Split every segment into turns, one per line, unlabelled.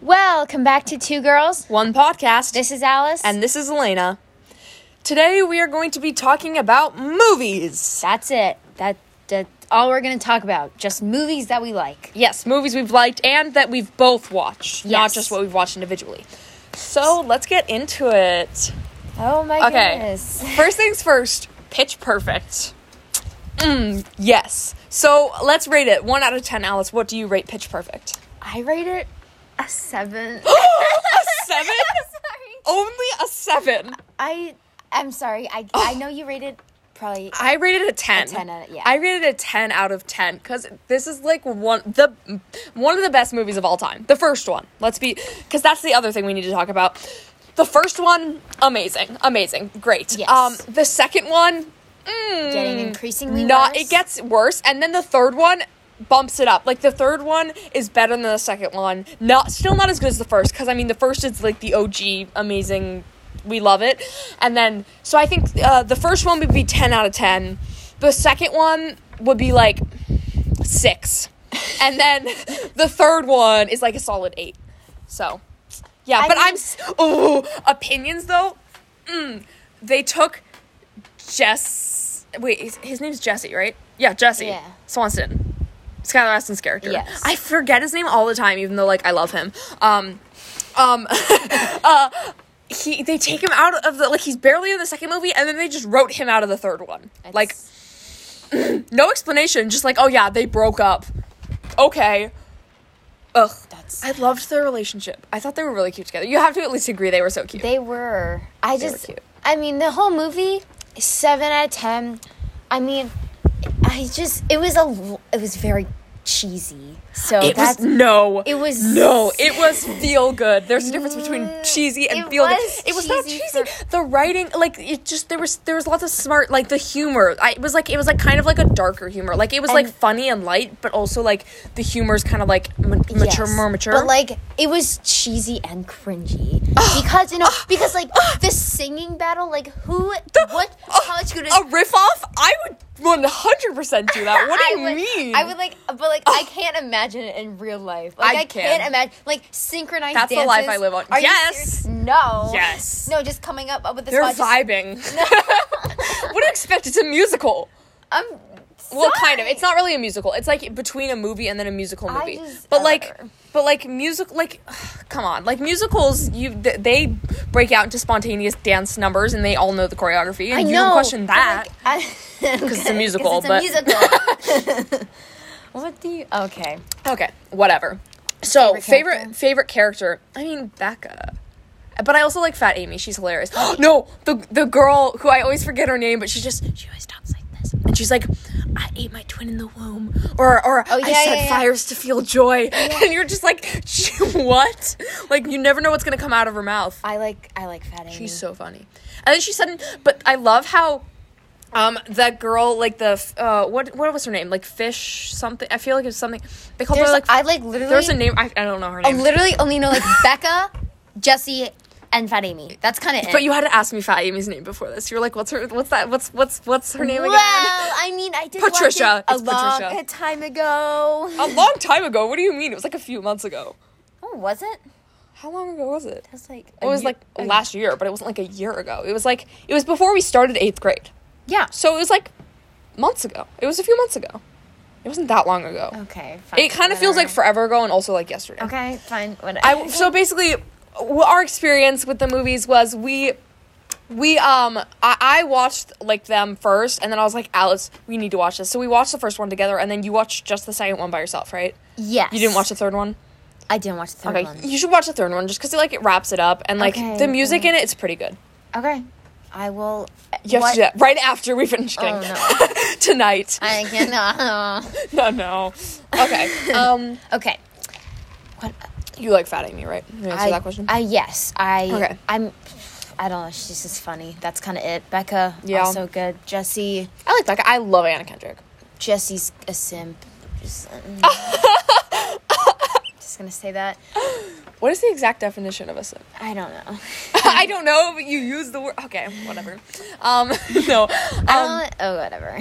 Welcome back to Two Girls.
One podcast.
This is Alice.
and this is Elena. Today we are going to be talking about movies.
that's it. That that's all we're gonna talk about. Just movies that we like.
Yes, movies we've liked and that we've both watched, not
Yes.
just what we've watched individually. So let's get into it.
Oh my
Okay.
goodness.
First things first, Pitch Perfect. Mm, yes. So let's rate it. One out of ten, Alice. What do you rate Pitch Perfect?
I rate it a seven.
a seven?
sorry.
Only a seven.
I I'm sorry. I
Oh.
I know you rated probably
I rated it a ten.
10 out of- yeah.
I rated it a ten out of ten because this is like one the one of the best movies of all time. The first one. Let's be because that's the other thing we need to talk about. The first one, amazing, amazing, great.
Yes.
Um, the second one,
getting increasingly
Mm, not.
worse.
It gets worse, and then the third one bumps it up. Like the third one is better than the second one. Not still not as good as the first because I mean the first is like the OG amazing. We love it, and then so I think uh, the first one would be ten out of ten. The second one would be like six, and then the third one is like a solid eight. So yeah,
I
but
mean-
I'm s- ooh opinions though. Mm, they took Jess. Wait, his- his name's Jesse, right? Yeah, Jesse.
Yeah.
Swanson. Skylar Aston's character.
Yes.
I forget his name all the time, even though like I love him. Um, um, uh, he they take him out of the like he's barely in the second movie, and then they just wrote him out of the third one.
It's-
Like no explanation, just like oh yeah, they broke up. Okay. Ugh.
That's-
I loved their relationship. I thought they were really cute together. You have to at least agree they were so cute.
They were. I
were
just.
cute.
I mean, the whole movie, seven out of ten. I mean, I just. It was a. l- It was very cheesy. So
It was
that's.
no.
it was
no. It was feel good. There's a difference between cheesy and
Mm, It
feel
was
good. It was not
cheesy
cheesy. The writing, like it just there was there was lots of smart, like the humor. I it was like it was like kind of like a darker humor. Like it was like
And-
funny and light, but also like the humor is kind of like ma- mature,
yes,
more mature.
But like, it was cheesy and cringy because you know because like the singing battle. Like who? what college student?
Oh, a riff off. I would 100 percent do that. What do
I
you
would,
mean?
I would like, but like, I can't imagine it in real life. Like,
I
I,
can.
can't imagine like synchronized.
That's the life I
dances.
live on.
Are you
Yes.
serious? no.
Yes.
No, just coming up with this.
They're vibing. what do you expect? It's a musical.
I'm.
Well, kind of. It's not really a musical. It's like between a movie and then a musical
I
movie.
just-
but like,
whatever.
but like music, like, come on, like musicals, you th- they break out into spontaneous dance numbers and they all know the choreography. And
I
you
know.
don't question that.
because
it's a musical,
It's
but-
a musical. what do you? Okay.
okay, whatever. So
Favorite
favorite
character?
favorite, character. I mean Becca. But I also like Fat Amy. She's hilarious. no, the the girl who I always forget her name, but she just she always talks like this, and she's like, "I ate my twin in the womb," or or
Oh,
I
yeah,
set
yeah, yeah.
fires to feel joy, and you're just like, "What?" Like you never know what's gonna come out of her mouth.
I like I like Fat Amy.
She's so funny. And then she said, but I love how um that girl like the f- uh what what was her name like fish something I feel like it was something they called
There's
her like
I like literally.
there's a name I, I don't know her
I
name
literally only know like Becca, Jesse, and Fat Amy. That's kind of it.
but you had to ask me Fat Amy's name before this you were like what's her what's that what's what's what's her name
Well,
again
I mean, I did
Patricia.
watch it
It's
a long
Patricia. Oh.
time ago.
a long time ago what do you mean it was like a few months ago
Oh, was it?
how long ago was it
It was like
it was like last year but it wasn't like a year ago it was like it was before we started eighth grade
yeah.
so it was like months ago it was a few months ago it wasn't that long ago
Okay. Fine,
It kind of feels like
whatever.
forever ago and also like yesterday.
Okay, fine. Whatever.
I so basically wh- our experience with the movies was we we um I, I watched like them first and then I was like Alice we need to watch this so we watched the first one together and then you watched just the second one by yourself right
yes.
you didn't watch the third one
I didn't watch the third
okay
one.
you should watch the third one just because it like it wraps it up and like
Okay,
the music
okay.
in it it's pretty good
Okay. I will.
you have
what?
to do that right after we finish getting
Oh,
tonight
I cannot.
no no okay um
okay. What?
you like Fat Amy right you answer
I,
that question
I yes. I.
Okay.
I'm. I don't know. She's just funny. That's kind of it. Becca.
Yeah.
Also good. Jesse.
I like that guy. I love Anna Kendrick
Jesse's a simp. Just, mm. just gonna say that.
What is the exact definition of a simp?
I don't
Um,
know.
I don't know, but you use the word. Okay, whatever. Um, no.
I
Um,
don't. Oh, whatever.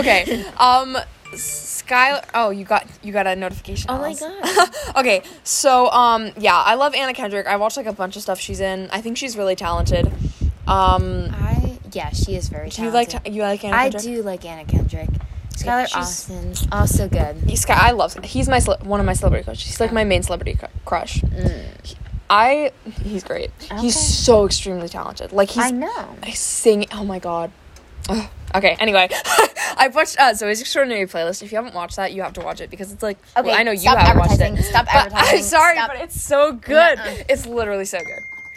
okay. Um, s- Skylar. Oh, you got you got a notification.
Oh my
Alice. okay, so um, yeah, I love Anna Kendrick. I watched like a bunch of stuff she's in. I think she's really talented. Um,
I yeah, she is very.
do you like
talented.
you like Anna?
I
Kendrick?
do like Anna Kendrick.
Yeah,
Skylar
she's-
Austin's also good.
Yeah, Sky, I love. He's my cele- one of my celebrity crushes. He's like my main celebrity cr- crush.
Mm.
I he's great.
Okay.
He's so extremely talented. Like he's
I know.
I sing. Oh my god. Ugh. Okay. Anyway, I've watched uh, Zoe's Extraordinary Playlist. If you haven't watched that, you have to watch it because it's like.
Okay,
well, I know you
stop
haven't watched it.
advertising. Stop
but I'm
advertising.
sorry,
Stop.
but it's so good.
Nuh-uh.
It's literally so good.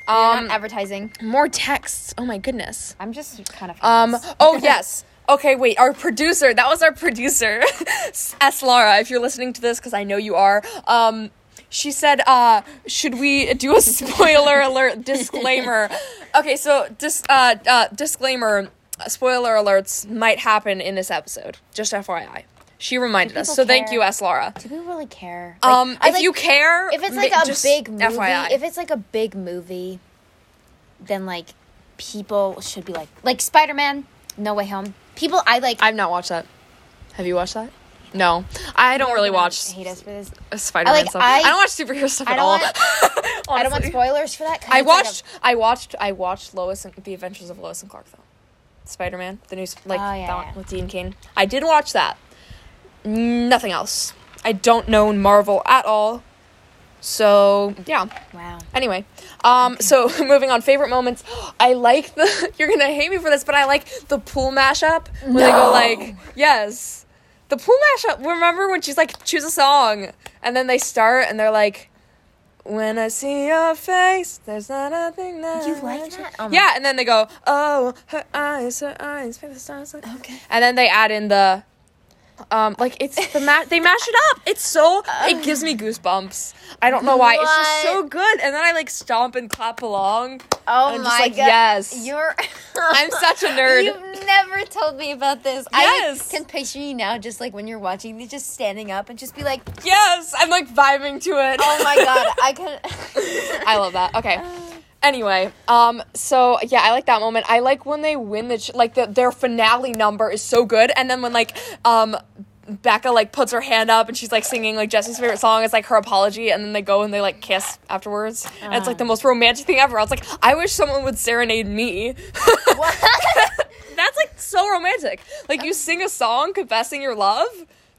You're
Um,
not advertising.
more texts. Oh my goodness.
I'm just kind of.
Um.
famous.
Oh yes. Okay. Wait. Our producer. That was our producer, S. Lara. If you're listening to this, because I know you are. Um. She said, uh, should we do a spoiler alert disclaimer? Okay, so dis- uh, uh, disclaimer spoiler alerts might happen in this episode. Just FYI. She reminded
Do
us.
people
So thank
care?
you, S. Laura.
Do we really care? Like,
Um,
I
if
like-
you care,
if it's
ma-
like a
just
big movie,
FYI.
if it's like a big movie, then like people should be like like Spider Man, No Way Home. People, I like.
I've not watched that. Have you watched that? No, I don't really
gonna
watch
Hate us for this.
Spider-Man
I like-
stuff. I,
I-
don't watch superhero stuff
I
at
don't
all.
want- I don't want
Honestly.
spoilers for that. 'cause
I
it's like a-
watched. I watched. I watched Lois and the Adventures of Lois and Clark though. Spider Man, the new like
Oh, yeah,
that one
yeah.
with Dean Kane. I did watch that. Nothing else. I don't know Marvel at all. So yeah.
wow.
Anyway, um, so moving on. Favorite moments. I like the. You're gonna hate me for this, but I like the pool mashup where they go
No.
like, yes, the pool mashup. Remember when she's like, choose a song, and then they start and they're like. When I see your face, there's not a thing that
You
I
like
want you-"
that? Oh my-
yeah, and then they go, "Oh, her eyes, her eyes, paper stars." Like,
Okay.
and then they add in the, um, like it's the ma- they mash it up. It's so it gives me goosebumps. I don't know why. It's just so
What?
good. And then I like stomp and clap along.
Oh
I'm
my
just like,
god.
yes.
You're
I'm such a nerd.
You've never told me about this.
Yes.
I can picture you now just like when you're watching these just standing up and just be like,
Yes, I'm like vibing to it.
"Oh my god, I can
I love that. Okay. Anyway, um, so yeah, I like that moment. I like when they win the ch- like the, their finale number is so good, and then when like um, Becca like puts her hand up and she's like singing like Jesse's favorite song. It's like her apology, and then they go and they like kiss afterwards. and it's like
Uh.
the most romantic thing ever. I was like, I wish someone would serenade me.
What?
that's like so romantic. Like you sing a song confessing your love.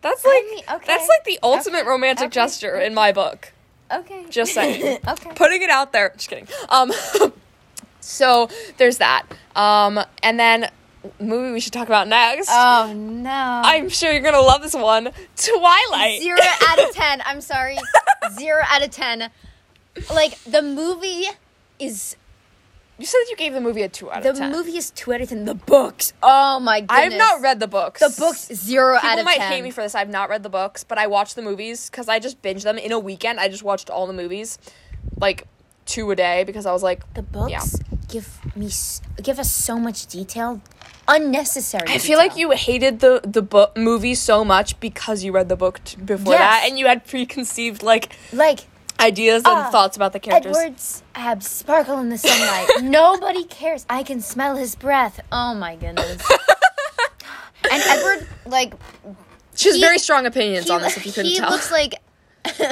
That's like
I mean, okay.
that's like the ultimate
Okay.
romantic
Okay.
gesture in my book.
Okay.
Just saying.
okay.
Putting it out there. Just kidding. Um, so there's that. Um, and then movie we should talk about next.
oh no.
I'm sure you're gonna love this one. Twilight.
Zero out of ten. I'm sorry. Zero out of ten. Like the movie is
you said that you gave the movie a two out
the
of ten.
movie is two out of ten. The books. Oh my goodness.
I have not read the books.
the books. Zero
People
out of
might
ten.
hate me for this. I've not read the books, but I watched the movies because I just binged them in a weekend. I just watched all the movies, like two a day, because I was like,
the books give me s- give us so much detail, unnecessary.
I feel like you hated the the book movie so much because you read the book t- before
Yes.
that, and you had preconceived like
like
ideas and
Ah,
thoughts about the characters.
Edward's abs sparkle in the sunlight. Nobody cares. I can smell his breath. Oh my goodness. and Edward like
she has
he-
very strong opinions on this. If you couldn't
he
tell,
looks like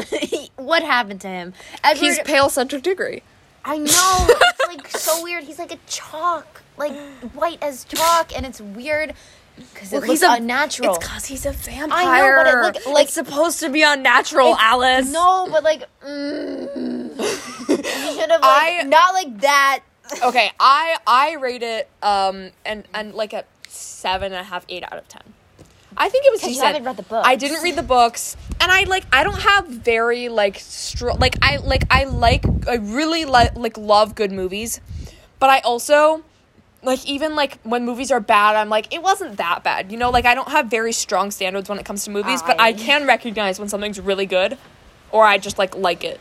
what happened to him? Edward,
he's palecentric degree.
I know it's like so weird. He's like a chalk, like white as chalk, and it's weird because it looks unnatural.
It's because he's a vampire.
but it look- like-
it's supposed to be unnatural,
It's-
Alice.
no, but like mm, you should have like
I-
not like that.
Okay, I I rate it um and and like a seven and a half, eight out of ten. I think it was
'Cause you
decent.
haven't read the books.
I didn't read the books, and I like I don't have very like str- like I like I like I really like like love good movies, but I also like even like when movies are bad, I'm like it wasn't that bad, you know. Like I don't have very strong standards when it comes to movies, but I
I-
can recognize when something's really good, or I just like like it.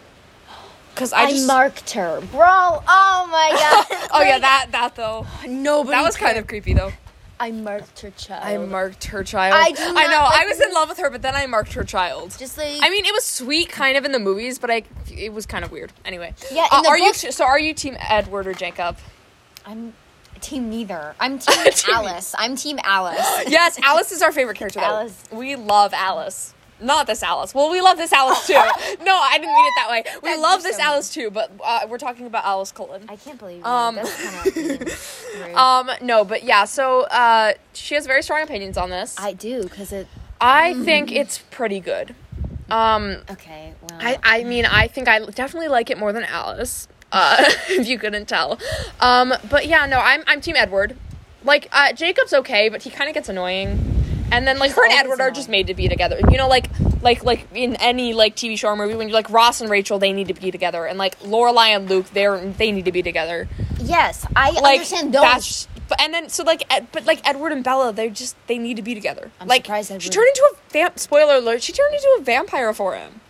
Cause I
I,
just
marked her, bro. Oh my god.
oh yeah that that though
Nobody.
that was kind of creepy though.
I marked her child.
I marked her child.
I do
I
not
know. I
like
was
this.
in love with her, but then I marked her child.
just like
I mean, it was sweet, kind of in the movies, but I it was kind of weird. Anyway.
Yeah, in
Uh,
the
are
books-
you so? Are you team Edward or Jacob?
I'm team neither. I'm team
Team- Oh,
Alice. I'm team Alice.
Yes, Alice is our favorite character. Though.
Alice.
We love Alice. Not this Alice. Well, we love this Alice too. no, I didn't mean it that way. We
That's
love
just
this
so
Alice too, but uh, we're talking about Alice Cullen.
I can't believe you.
Um,
That's kind of rude.
Um, no, but yeah, so uh, she has very strong opinions on this. I,
I do because it.
think it's pretty good. Um,
Okay. Well.
I, I mean, I think I definitely like it more than Alice, uh, if you couldn't tell. Um, but yeah, no, I'm, I'm Team Edward. Like, uh, Jacob's okay, but he kind of gets annoying. And then, like, her and
always
Edward are just
annoying.
made to be together. You know, like, like, like in any like TV show or movie, when you're like Ross and Rachel, they need to be together, and like Lorelai and Luke, they're they need to be together.
yes, I
Like,
understand. Don't.
that's but, and then so like, Ed, but like Edward and Bella, they just they need to be together.
I'm
like,
surprised
she
Edward-
turned into a vamp. Spoiler alert: she turned into a vampire for him.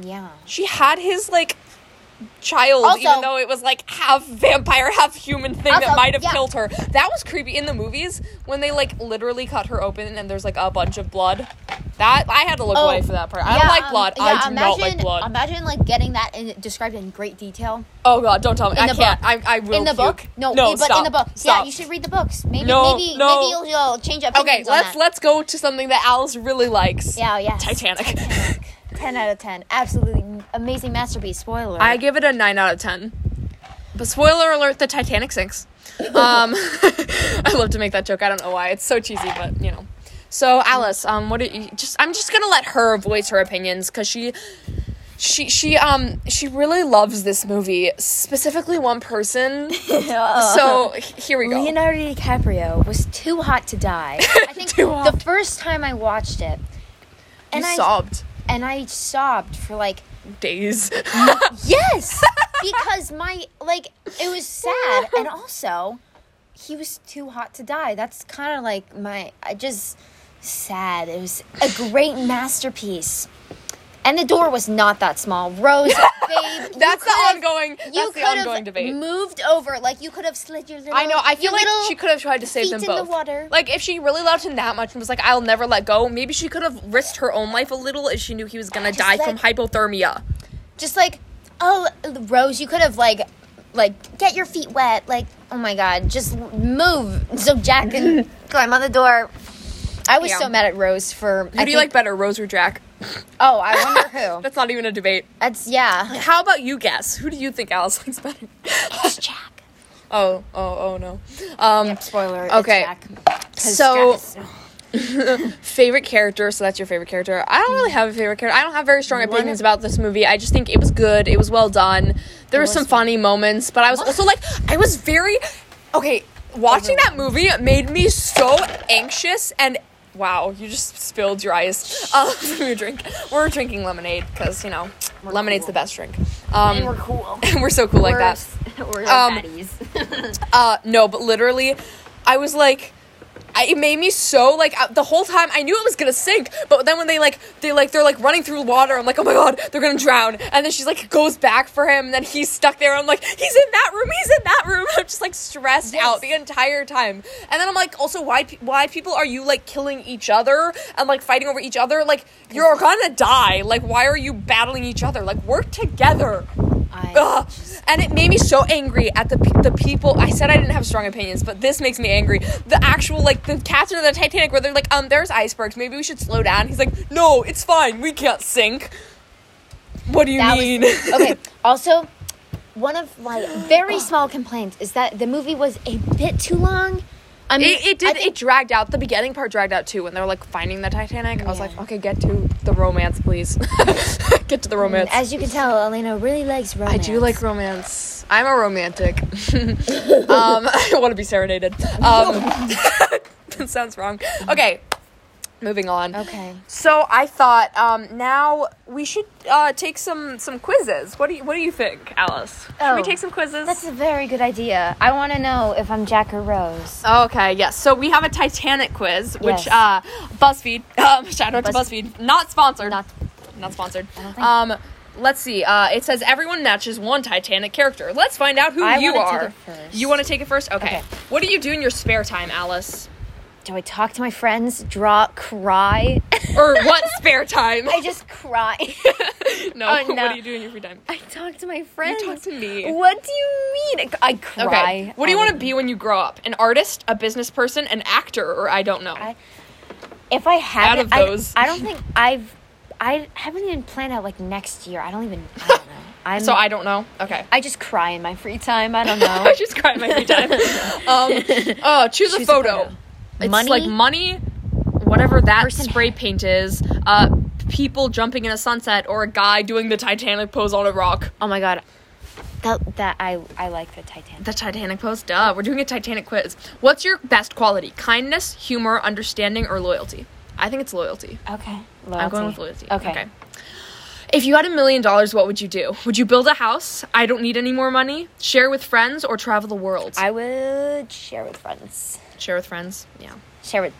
yeah.
She had his like child,
Also-
even though it was like half vampire, half human thing that
Also,
might have
yeah.
killed her. That was creepy in the movies when they like literally cut her open and there's like a bunch of blood. That I had to look
Oh,
away for that part. I don't
Yeah,
like
um,
blood. I
yeah,
do not like blood.
Imagine like getting that in, described in great detail
oh god, don't tell me.
in
I
the
can't.
book.
I, I will.
in the
puke.
book. No,
no,
eh, but in
stop.
the book. Yeah,
Stop.
you should read the books. Maybe,
No,
maybe,
no.
maybe you'll, you'll change up.
Okay, let's let's go to something that Alice really likes.
Yeah, yeah.
Titanic.
Titanic. ten out of ten. Absolutely amazing masterpiece. Spoiler.
I give it a nine out of ten. But spoiler alert: the Titanic sinks. Um, I love to make that joke. I don't know why. It's so cheesy, but you know. So Alice, um, what? Did you, just I'm just gonna let her voice her opinions because she, she, she, um, she really loves this movie, specifically one person. So h- here we go.
Leonardo DiCaprio was too hot to die. I think
Too
the
hot.
first time I watched it,
You
and I
sobbed
and I sobbed for like
days.
yes, because my like it was sad, and also he was too hot to die. That's kind of like my I just sad. It was a great masterpiece, and the door was not that small. Rose, babe, you
That's the
could've-
ongoing.
You
That's the
could
ongoing
have
debate.
moved over, like you could have slid your little.
I know. I feel
your
like
little-
she could have tried to save
feet
them
in the
both.
water.
Like if she really loved him that much and was like, "I'll never let go," maybe she could have risked her own life a little if she knew he was gonna
Just
die
let-
from hypothermia.
just like oh rose you could have like like get your feet wet like oh my god just move so jack can climb on the door i was
Yeah.
so mad at rose for
Who do you like better, Rose or Jack?
oh i wonder who
That's not even a debate.
that's yeah
How about you guess? Who do you think Alice likes better?
it's jack
oh, oh, oh no. Um,
spoiler
Okay.
it's Jack. 'Cause
So-
Jack is-
favorite character. So that's your favorite character. I don't really
Hmm.
have a favorite character. I don't have very strong opinions about this movie. I just think it was good. It was well done. There were
was
some
fun.
funny moments, but I was also like, I was very okay. Watching that movie made me so anxious and. Wow, you just spilled your ice. Um, we were drink. We're drinking lemonade because you know lemonade's
cool.
the best drink. Um,
and we're cool
we're so cool like
we're,
that.
we're
Um,
baddies
Uh, no, but literally, I was like, I, it made me so like I- the whole time I knew it was gonna sink. But then when they like they like they're like running through water, I'm like, oh my god, they're gonna drown. And then she's like goes back for him, and then he's stuck there. I'm like, he's in that room, he's in that room. I'm just like stressed
Yes.
out the entire time. And then I'm like, also why pe- why people are you like killing each other and like fighting over each other? Like you're gonna die. Like why are you battling each other? Like work together.
I-
Ugh. And it made me so angry at the pe- the people. I said I didn't have strong opinions, but this makes me angry. The actual like the captain of the Titanic, where they're like, um, there's icebergs. Maybe we should slow down. He's like, no, it's fine. We can't sink. What do you
That was-
mean?
okay. Also, one of my very small complaints is that the movie was a bit too long. I mean,
It, it did.
I think-
it dragged out. The beginning part dragged out too. When they were like finding the Titanic, I was
Yeah.
like, okay, get to the romance, please. get to the romance.
Mm, as you can tell, Elena really likes romance.
I do like romance. I'm a romantic. um, I want to be serenaded. Um, that sounds wrong. Okay, moving on.
Okay.
So I thought um, now we should uh, take some some quizzes. What do you What do you think, Alice? Should we
Oh,
take some quizzes?
That's a very good idea. I want to know if I'm Jack or Rose.
Okay, yes. So we have a Titanic quiz, which
Yes.
uh, BuzzFeed, um, shout out to
Buzz-
BuzzFeed, not sponsored.
Not-
not sponsored.
don't think-
Um, let's see. Uh, it says everyone matches one Titanic character. Let's find out who
I
you
wanna
are.
take it first.
You want to take it first? Okay.
Okay.
What do you do in your spare time, Alice?
Do I talk to my friends? Draw? Cry?
or what spare time?
I just cry.
no,
Oh, no.
What do you do in your free time?
I talk to my friends.
to me.
What do you mean? I cry.
Okay. What do you want to
Um,
be when you grow up? An artist, a business person, an actor, or I don't know.
I- If I haven't,
of
I-
those.
I, don't think I've. I haven't even planned out like next year. I don't even. I don't know. I'm,
so I don't know. Okay.
I just cry in my free time. I don't
I
know.
just cried my free time. Um, uh, choose, a photo. It's
Money?
like money, whatever that
Person-
spray paint is. Uh, people jumping in a sunset or a guy doing the Titanic pose on a rock.
oh my god, that that I I like the Titanic.
The Titanic pose, duh. We're doing a Titanic quiz. What's your best quality? Kindness, humor, understanding, or loyalty? I think it's loyalty.
Okay,
I'm going with loyalty.
Okay.
If you had a million dollars, what would you do? Would you build a house? I don't need any more money. Share with friends or travel the world?
I would share with friends.
Share with friends. Yeah.
Share with.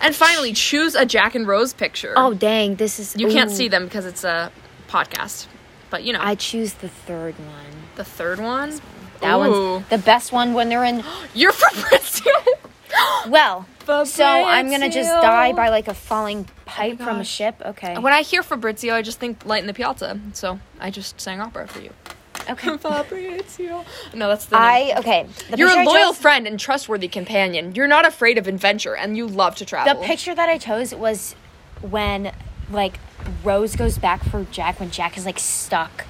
And finally, choose a Jack and Rose picture.
Oh dang, this is.
you can't
ooh,
see them because it's a podcast. But you know,
I choose the third one.
the third one.
That
Ooh.
one's the best one when they're in.
You're from Princeton.
Well, so I'm gonna just die
Fabrizio.
by like a falling pipe from a
Oh gosh.
ship. Okay.
when I hear Fabrizio, I just think Light in the Piazza. So I just sang opera for you.
Okay.
Fabrizio. No, that's the. name.
I okay. The
You're
picture
a
I
loyal
chose-
friend and trustworthy companion. You're not afraid of adventure, and you love to
The
travel.
picture that I chose was when like Rose goes back for Jack when Jack is like stuck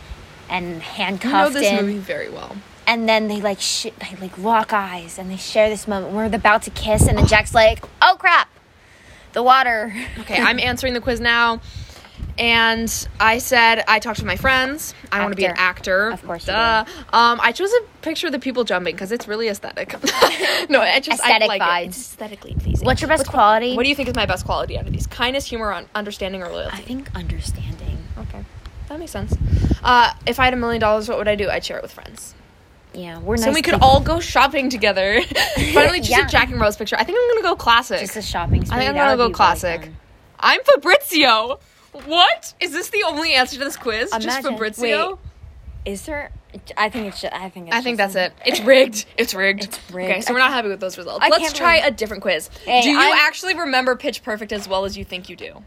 and
You know
handcuffed
this
in,
movie very well.
and then they like sh- they like lock eyes and they share this moment where they're about to kiss, and then Jack's like, "Oh crap, the water."
Okay, I'm answering the quiz now. And I said I talked to my friends. I want to be an actor.
Of course you
Duh. Um, I chose a picture of the people jumping because it's really aesthetic. no, I just
Aesthetic
I like
vibes.
It. It's aesthetically pleasing.
What's your best quality?
What do you think is my best quality out of these? Kindness, humor, un- understanding, or loyalty?
I think understanding.
okay, that makes sense. Uh, if I had a million dollars, what would I do? I'd share it with friends.
Yeah, we're nice.
So we could
people.
all go shopping together. Finally, just
Yeah.
a Jack and Rose picture. I think I'm gonna go classic.
just a shopping.
I
spree.
think I'm
That
gonna
would
go
be really
classic.
fun.
I'm Fabrizio. What is this the only answer to this quiz? Just
Imagine-
Fabrizio?
wait. Is there? I think it's. Just, I think. It's
I think
just
that's it. It's rigged. It's rigged.
It's rigged.
Okay, so we're not happy with those results.
I
Let's
can't
try
believe-
a different quiz.
Hey,
do you
I'm-
actually remember Pitch Perfect as well as you think you do?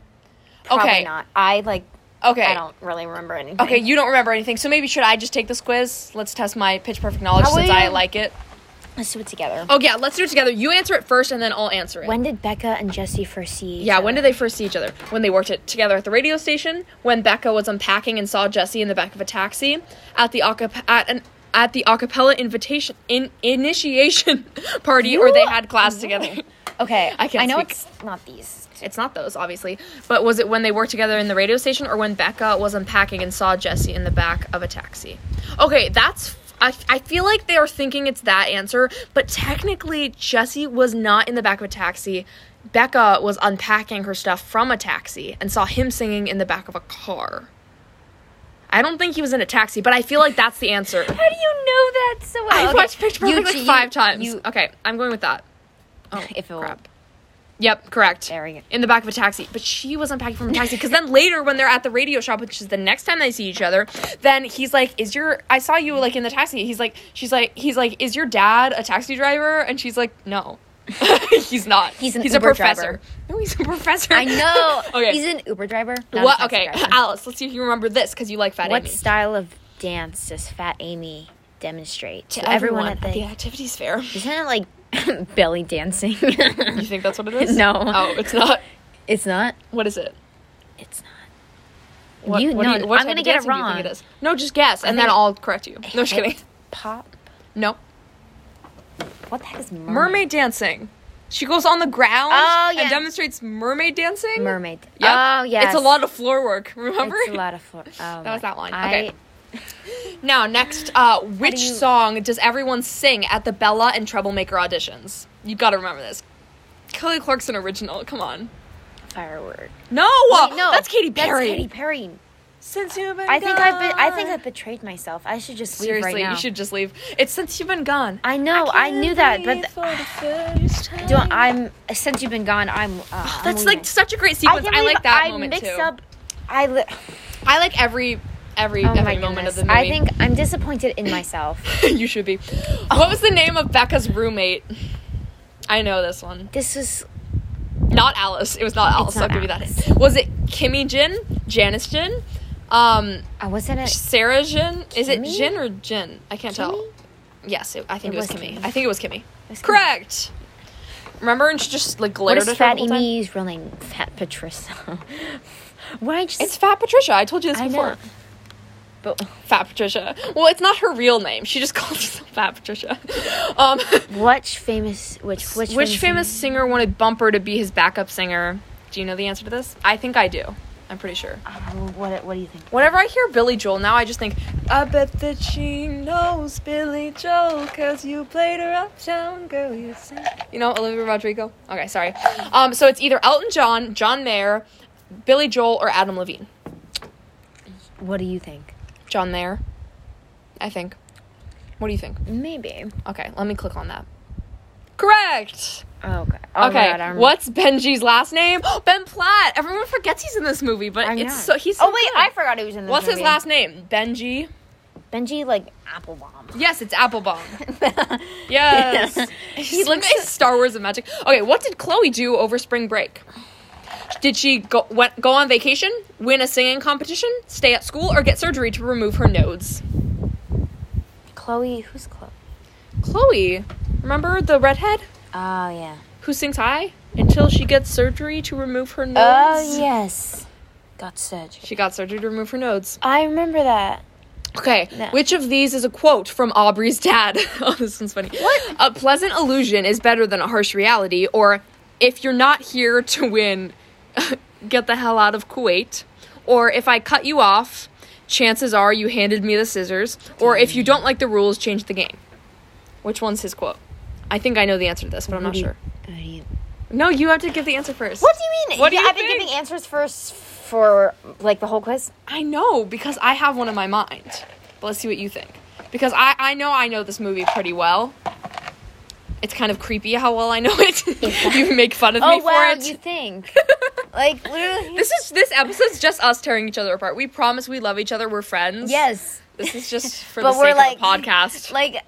Probably
okay.
not. I like.
Okay.
I don't really remember anything.
Okay, you don't remember anything, so maybe should I just take this quiz? Let's test my Pitch Perfect knowledge
How will
since I
you-
like it.
Let's do it together.
Oh yeah, let's do it together. You answer it first, and then I'll answer it.
When did Becca and Jesse first see? each
Yeah, when
other?
did they first see each other? When they worked it together at the radio station. When Becca was unpacking and saw Jesse in the back of a taxi. At the acap- at an at the acapella invitation in initiation party, or they had class together.
Okay,
I
I,
can't
know
speak.
it's not these.
It's not those, obviously. But was it when they worked together in the radio station, or when Becca was unpacking and saw Jesse in the back of a taxi? Okay, that's. I, I feel like they are thinking it's that answer, but technically, Jesse was not in the back of a taxi. Becca was unpacking her stuff from a taxi and saw him singing in the back of a car. I don't think he was in a taxi, but I feel like that's the answer.
How do you know that so well?
I
Okay,
watched Pitch Perfect like
you-
five times.
you-
okay, I'm going with that. Oh,
If it will-
crap. Yep, correct.
There we go.
In the back of a taxi. But she was unpacking from a taxi because then later when they're at the radio shop, which is the next time they see each other, then he's like, Is your I saw you like in the taxi. He's like she's like he's like, Is your dad a taxi driver? And she's like, No. he's not.
He's an
he's a
Uber
professor.
driver.
No, he's a professor.
I know.
okay.
He's an Uber driver. not a
what
taxi
okay,
driver.
Alice, let's see if you remember this because you like Fat
What
Amy.
style of dance does Fat Amy demonstrate to,
To
everyone,
at the activities fair.
Isn't it like belly dancing?
You think that's what it is?
No.
Oh, it's not.
it's not.
What is it?
It's not.
What,
You-
what do
no,
what
I'm
type
gonna
of
get it
dancing do you think
wrong.
is? No, just guess, and then
think-
I'll correct you. No, just kidding.
Pop.
No,
What the heck is mermaid?
mermaid dancing. She goes on the ground
Oh,
and
yes.
demonstrates mermaid dancing.
Mermaid.
Yep.
Oh yeah.
It's a lot of floor work. Remember?
It's a lot of fun. Oh,
That was
my-
that line.
I-
Okay. Now, next, uh, which
you-
song does everyone sing at the Bella and Troublemaker auditions? You gotta remember this. Kelly Clarkson original. Come on.
Firework.
No,
Wait, no,
Oh, that's Katy Perry. Oh
That's Katy Perry.
Since you've been
I think I've be- I
gone.
think I've betrayed myself. I should just leave
Seriously,
right now.
you should just leave. It's since you've been gone.
I know. Oh, I, knew that, but th-
th-
do I'm since you've been gone. I'm. Uh, I'm
That's
leaving.
like such a great sequence.
can't
I, like
believe
that
I
moment
mix
too.
up. I li-
I like every every
oh my
every moment
goodness.
of the movie.
I think I'm disappointed in myself.
you should be. What was the name of Becca's roommate? I know this one.
This was.
Not Alice. It was not Alice.
not
I'll give you that.
Alice.
hint. Was it Kimmy Jin? Janice Jin? Um,
I uh, wasn't it.
Sarah Jin? Is it
Kimmy?
Jin or Jin? I can't tell. Yes, it, I think it,
It
was
was
Kimmy.
Kimmy.
I think it was Kimmy.
was Kimmy.
Correct. Remember, and she just like
What
glared
is
at her.
Fat
the whole time?
Amy's real name? Fat Patricia. Why just?
It's Fat Patricia. I told you this
I
before.
know. But
Fat Patricia. Well, it's not her real name. She just called herself Fat Patricia. Um,
which famous? Which which?
which famous singer wanted Bumper to be his backup singer? Do you know the answer to this? I think I do. I'm pretty sure.
Oh, what what do you think?
Whenever I hear Billy Joel now, I just think, I bet that she knows Billy Joel, cause you played her uptown girl, you see. You know, Olivia Rodrigo? Okay, sorry. Um, so it's either Elton John, John Mayer, Billy Joel, or Adam Levine.
What do you think?
John Mayer, I think. What do you think?
Maybe.
Okay, let me click on that. Correct!
Okay. Oh my
okay,
God, I remember-
what's Benji's last name? ben Platt! Everyone forgets he's in this movie, but
I
it's
know.
so, he's so
oh wait,
good.
I forgot he was in this
What's his
movie.
last name? Benji?
Benji like Applebaum.
Yes, it's Applebaum. Yes. he looks at Star Wars and magic. Okay, what did Chloe do over spring break? Did she go went, go on vacation, win a singing competition, stay at school, or get surgery to remove her nodes?
Chloe, who's Chloe?
Chloe, remember the redhead
Oh yeah.
who sings high until she gets surgery to remove her nodes?
Oh yes. Got surgery.
She got surgery to remove her nodes.
I remember that.
Okay,
No.
which of these is a quote from Aubrey's dad? oh, this one's funny. What? A pleasant illusion is better than a harsh reality, or if you're not here to win, get the hell out of Kuwait, or if I cut you off, chances are you handed me the scissors, or if you don't like the rules, change the game. Which one's his quote? I think I know the answer to this, but I'm
What
not
do you-
sure.
what do you-
No, you have to give the answer first.
What do you mean?
What do you
I've been
think?
giving answers first for like the whole quiz.
I know because I have one in my mind. But let's see what you think. Because I, I know I know this movie pretty well. It's kind of creepy how well I know it. you make fun of me
Oh
for
wow,
it.
you think? like literally.
this is this episode's just us tearing each other apart. We promise we love each other. We're friends.
yes.
This is just for
But
the
we're like-
sake of the podcast.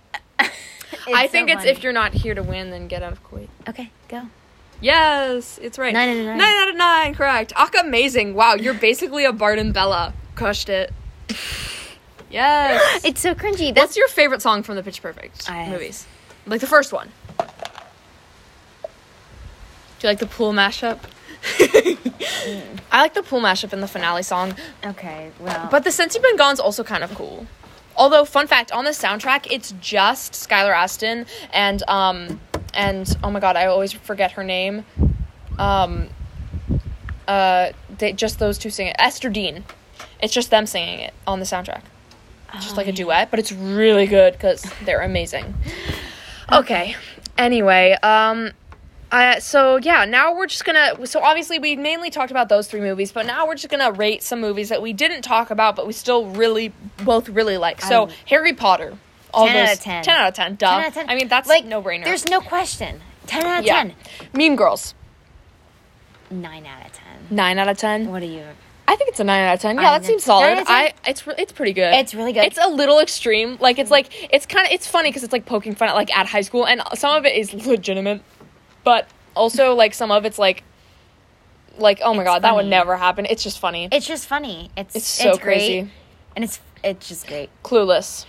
Like.
I think it's if you're not here to win, then get out of Kuwait.
Okay, go.
Yes, it's right.
Nine out of nine.
Nine out of nine, correct. Aka amazing. Wow, you're basically a Bart and Bella. Crushed it. Yes.
It's so cringy.
What's
That's
your favorite song from the Pitch Perfect
I-
movies? Like the first one. Do you like the pool mashup? I like the pool mashup in the finale song,
okay. Well,
but the Since You've Been Gone's also kind of cool. Although, fun fact, on the soundtrack, it's just Skylar Aston and um and oh my god, I always forget her name. Um, uh, they just those two singing it. Esther Dean. It's just them singing it on the soundtrack just like a duet, but it's really good because they're amazing. Okay. Anyway, um, I so yeah, now we're just gonna. So obviously, we mainly talked about those three movies, but now we're just gonna rate some movies that we didn't talk about, but we still really both really like. So
I-
Harry Potter, all
10 Um, out
those-
of 10.
ten out of ten, duh.
10 out of 10.
I mean, that's
like
like no brainer.
There's no question. Ten out of
yeah.
ten.
Mean Girls,
Nine out of ten.
nine out of ten.
What are you?
I think it's a nine out of ten.
Nine
Yeah,
out
that
of
seems
ten. Nine
solid.
out of ten?
I it's re- it's pretty good.
It's really good. Mm.
It's a little extreme. Like it's like it's kind of it's funny because it's like poking fun at like at high school, and some of it is legitimate, but also like some of it's like like oh my god that would
funny.
never happen. It's just funny.
It's just funny. It's
It's so crazy.
great, and it's it's just great.
Clueless.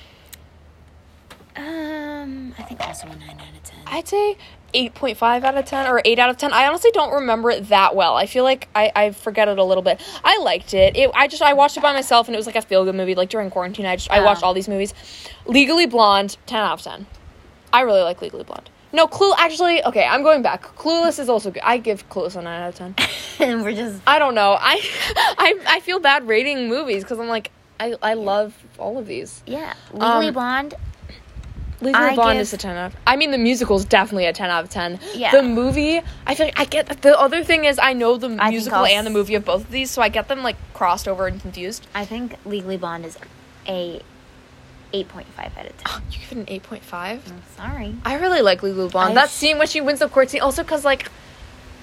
Um, I think also a nine out of ten.
I'd say. 8.5 out of 10 or 8 out of 10. I honestly don't remember it that well. I feel like I, I forget it a little bit. I liked it. it. I just, I watched it by myself and it was like a feel good movie. Like during quarantine, I just, I
Oh.
watched all these movies. Legally Blonde, 10 out of 10. I really like Legally Blonde. No, Clue, actually, okay, I'm going back. Clueless is also good. I give Clueless a 9 out of 10.
and we're just
I don't know. I, I, I feel bad rating movies because I'm like, I, I love all of these.
yeah. Legally
Um,
blonde.
Legally
I
Blonde
give-
is a 10 out of I mean, the musical's definitely a 10 out of 10.
Yeah.
The movie, I feel like I get the other thing is I know the
think
musical
I'll
and the
s-
movie of both of these, so I get them like crossed over and confused.
I think legally blonde is a eight point five out of ten.
You give it an 8.5.
I'm sorry.
I really like Lulu Blonde.
I-
that scene when she wins the court scene, also because like,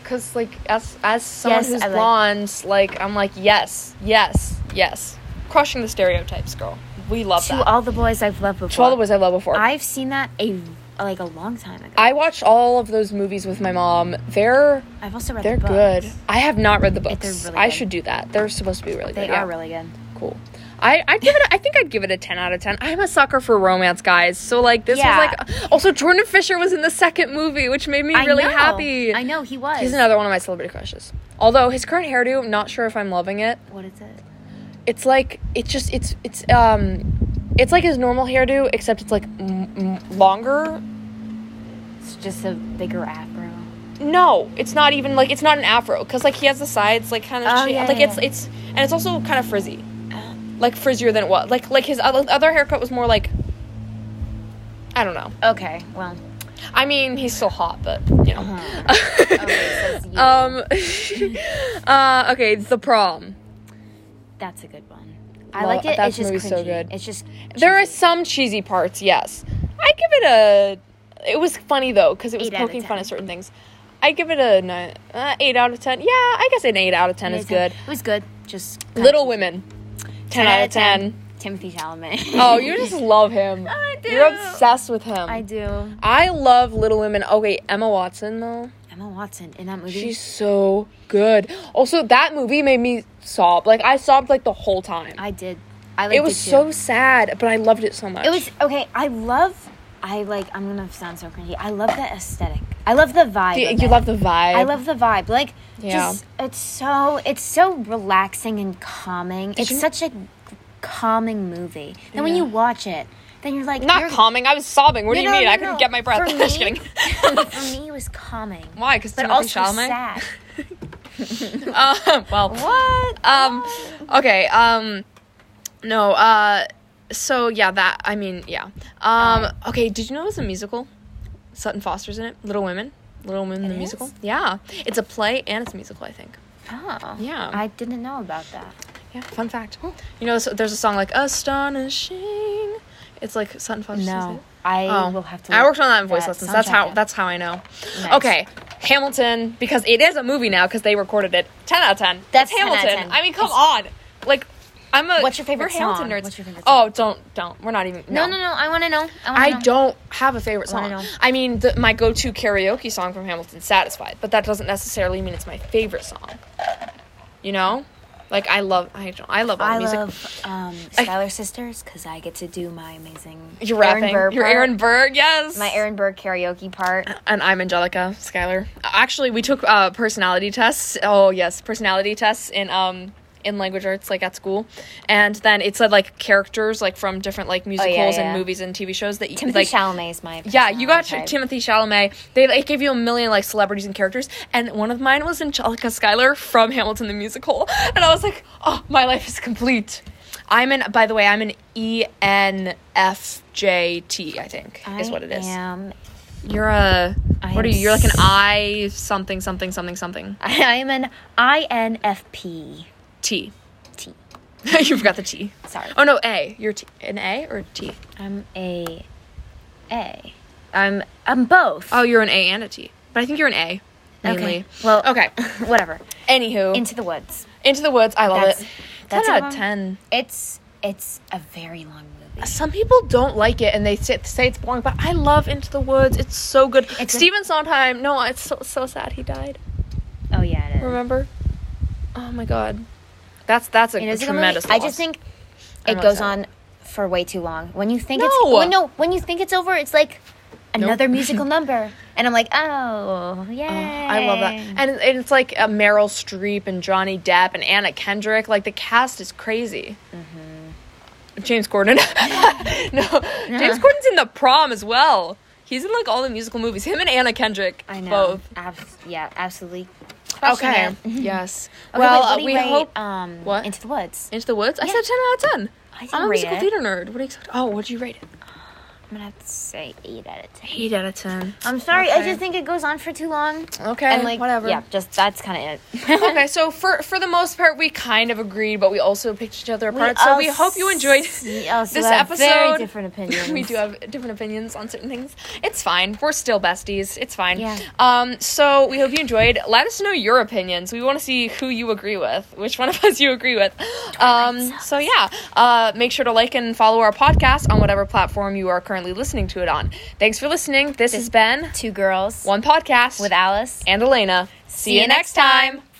because like as as someone
Yes,
who's
I like-
blonde, like, I'm like yes, yes, yes, crushing the stereotypes, girl. We love
To
that.
all the boys I've loved before.
to all the boys I love before.
I've seen that a like a long time ago.
I watched all of those movies with my mom. They're
I've also read
they're
the books.
good. I have not read the books.
really
I
good.
should do that. They're supposed to be really
They
good. yeah.
are really good.
cool. I I give it. A, I think I'd give it a ten out of ten. I'm a sucker for romance, guys. So like this
Yeah.
was like. Also, Jordan Fisher was in the second movie, which made me
I
really
know.
happy.
I know he was.
He's another one of my celebrity crushes. Although his current hairdo, I'm not sure if I'm loving it.
What is it?
It's like it's just it's it's um, it's like his normal hairdo except it's like m- m- longer.
It's just a bigger afro.
No, it's not even like it's not an afro because like he has the sides like kind of
Oh, yeah,
like
yeah, Oh.
it's
yeah.
it's and it's also kind of frizzy, like frizzier than it was. Like like his other, other haircut was more like. I don't know.
Okay, well,
I mean, he's still hot, but you know.
Uh-huh. okay, so it's you.
um. uh. Okay. The prom.
that's a good one. I
Well,
like it.
that
It's just
movie's so
cringy.
good.
It's just
There are
cheesy.
some cheesy parts, yes. I give it a. It was funny though because it was
Eight out of
poking fun
10.
at certain things. I give it a nine, uh, eight out of ten. Yeah, I guess an eight out of ten is good.
It was good. Just kinda
Little
cheesy.
Women, ten out of ten.
Timothy Chalamet.
Oh, you just love him.
I
You're
do.
obsessed with him.
I do.
I love Little Women. Okay, Emma Watson though.
Emma Watson in that movie.
She's so good. Also, that movie made me sob. Like I sobbed like the whole time.
I did. I liked
It was
too.
so sad, but I loved it so much.
It was okay. I love. I like. I'm gonna sound so cringy. I love the aesthetic. I love the vibe.
You,
of
you
it.
love the vibe.
I love the vibe. Like,
Yeah.
just it's so it's so relaxing and calming. it's
you-
such a calming movie. Then when you watch it, then you're like
Not
you're-
calming. I was sobbing. What do
No,
you
no,
mean?
no,
I couldn't
no.
get my breath.
For
Just
me-
kidding.
For me, it was calming.
Why? Because
But
Timothy
also
Chalamet.
sad.
Um, well,
What?
um, okay. Um, no. Uh, so yeah, that. I mean, yeah. Um, okay. Did you know it was a musical? Sutton Foster's in it. Little Women. Little Women, the
is?
musical. Yeah, it's a play and it's a musical. I think.
Oh,
Yeah.
I didn't know about that.
Yeah. Fun fact. You know, so there's a song like "Astonishing." It's like Sutton Foster.
No, I
Oh,
will have to.
I
look
worked on that in voice
that
lessons. That's
soundtrack
how.
up.
That's how I know.
Nice.
Okay, Hamilton because it is a movie now because they recorded it. Ten out of ten.
That's
It's
10 out of
Hamilton.
10.
I mean, come
It's-
on. Like, I'm a.
What's your favorite
we're Hamilton
song?
nerds.
What's your favorite
Oh, don't don't. We're not even.
No, no, no. I want to know. I, wanna
I
know.
don't have a favorite
I
song.
wanna know.
I mean, the, my go-to karaoke song from Hamilton, "Satisfied," but that doesn't necessarily mean it's my favorite song. You know, like I love, I don't, I love all
I
the music.
love um,
I-
Skylar Sisters because I get to do my amazing.
You're
Aaron
rapping.
Burr
You're
part,
Aaron Burr. Uh, Yes.
My Aaron Burr karaoke part.
And I'm Angelica Schuyler. Actually, we took uh, personality tests. Oh yes, personality tests in um in language arts, like at school. And then it said like characters like from different like musicals and
Oh, yeah.
movies and TV shows that you
Timothy
like.
Chalamet is my.
yeah, you got
personality type.
Timothy Chalamet. They like gave you a million like celebrities and characters, and one of mine was Angelica Schuyler from Hamilton the musical, and I was like, oh, my life is complete. I'm an. By the way, I'm E an ENFJT. I think is what it is.
I am.
You're a.
I
what are
am
you? You're like an I something something something something
I am an INFP.
T.
T.
you forgot the T.
Sorry.
Oh no, A. You're t- an A or a T?
I'm a A. I'm I'm both.
Oh, you're an A and a T. But I think you're an A.
Okay.
Mainly.
Well-
okay.
Whatever.
Anywho, into,
Into the woods.
the woods. I love
That's
it.
that's
ten
a
out
good
of
one.
ten.
It's it's a very long movie.
Some people don't like it and they say, say it's boring, but I love Into the Woods. It's so good.
It's a-
Stephen Sondheim. No, it's so, so sad he died.
Oh yeah, it is.
Remember? Oh my God. That's that's a,
It is a good movie.
tremendous.
I just
loss.
think
I'm
it goes
upset.
on for way too long. When you think
No.
it's when, no, when you think it's over, it's like another musical number, and I'm like, oh yeah,
I love that. And, and it's like uh, Meryl Streep and Johnny Depp and Anna Kendrick. Like the cast is crazy.
Mm-hmm.
James Corden. no, James Corden's in the prom as well. He's in like all the musical movies. Him and Anna Kendrick.
I know.
Both.
Abs- yeah, absolutely. Crushing
Okay. Mm-hmm.
it.
yes.
Okay, wait, what do
well, uh,
you
we
rate,
hope.
um
What?
into the woods.
Into the Woods? I
Yeah.
said 10 out of 10.
I didn't
I'm a
rate
musical
it.
theater nerd. What do you expect? Oh, what'd you rate it?
I'm gonna have to say eight out of ten.
8 out of 10.
I'm sorry, I
Okay.
just think it goes on for too long.
Okay.
And like
whatever.
Yeah, just that's kind of it.
okay, so for for the most part, we kind of agreed, but we also picked each other apart. so we hope you enjoyed.
this
this
episode. Very
episode.
different opinions.
we do have different opinions on certain things. It's fine. We're still besties. It's fine.
Yeah.
Um. So we hope you enjoyed. Let us know your opinions. We want to see who you agree with, which one of us you agree with. Um. So yeah. Uh. Make sure to like and follow our podcast on whatever platform you are currently currently listening to it on. Thanks for listening. This has been
Two girls
One Podcast
with Alice.
and Elena. See, you next time.